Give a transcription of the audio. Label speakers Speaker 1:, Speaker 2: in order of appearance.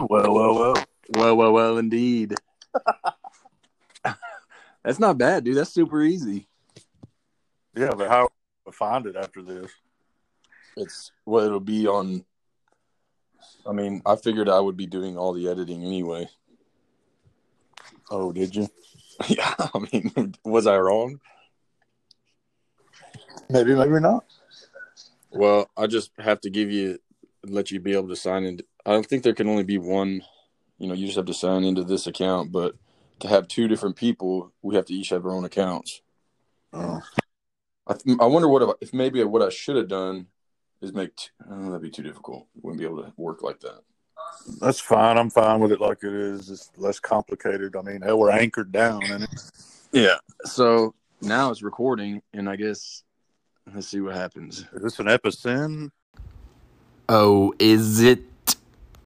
Speaker 1: Well, well, well, well, well, well, indeed. That's not bad, dude. That's super easy.
Speaker 2: Yeah, but how to find it after this?
Speaker 1: It's well, it'll be on. I mean, I figured I would be doing all the editing anyway.
Speaker 2: Oh, did you?
Speaker 1: Yeah, I mean, was I wrong?
Speaker 2: Maybe, maybe not.
Speaker 1: Well, I just have to give you, let you be able to sign in. I don't think there can only be one. You know, you just have to sign into this account, but to have two different people, we have to each have our own accounts.
Speaker 2: Oh.
Speaker 1: I, th- I wonder what if- if maybe what I should have done is make. T- oh, that'd be too difficult. Wouldn't be able to work like that.
Speaker 2: That's fine. I'm fine with it like it is. It's less complicated. I mean, hell, we're anchored down in it.
Speaker 1: Yeah. So now it's recording, and I guess let's see what happens.
Speaker 2: Is this an epicen?
Speaker 3: Oh, is it?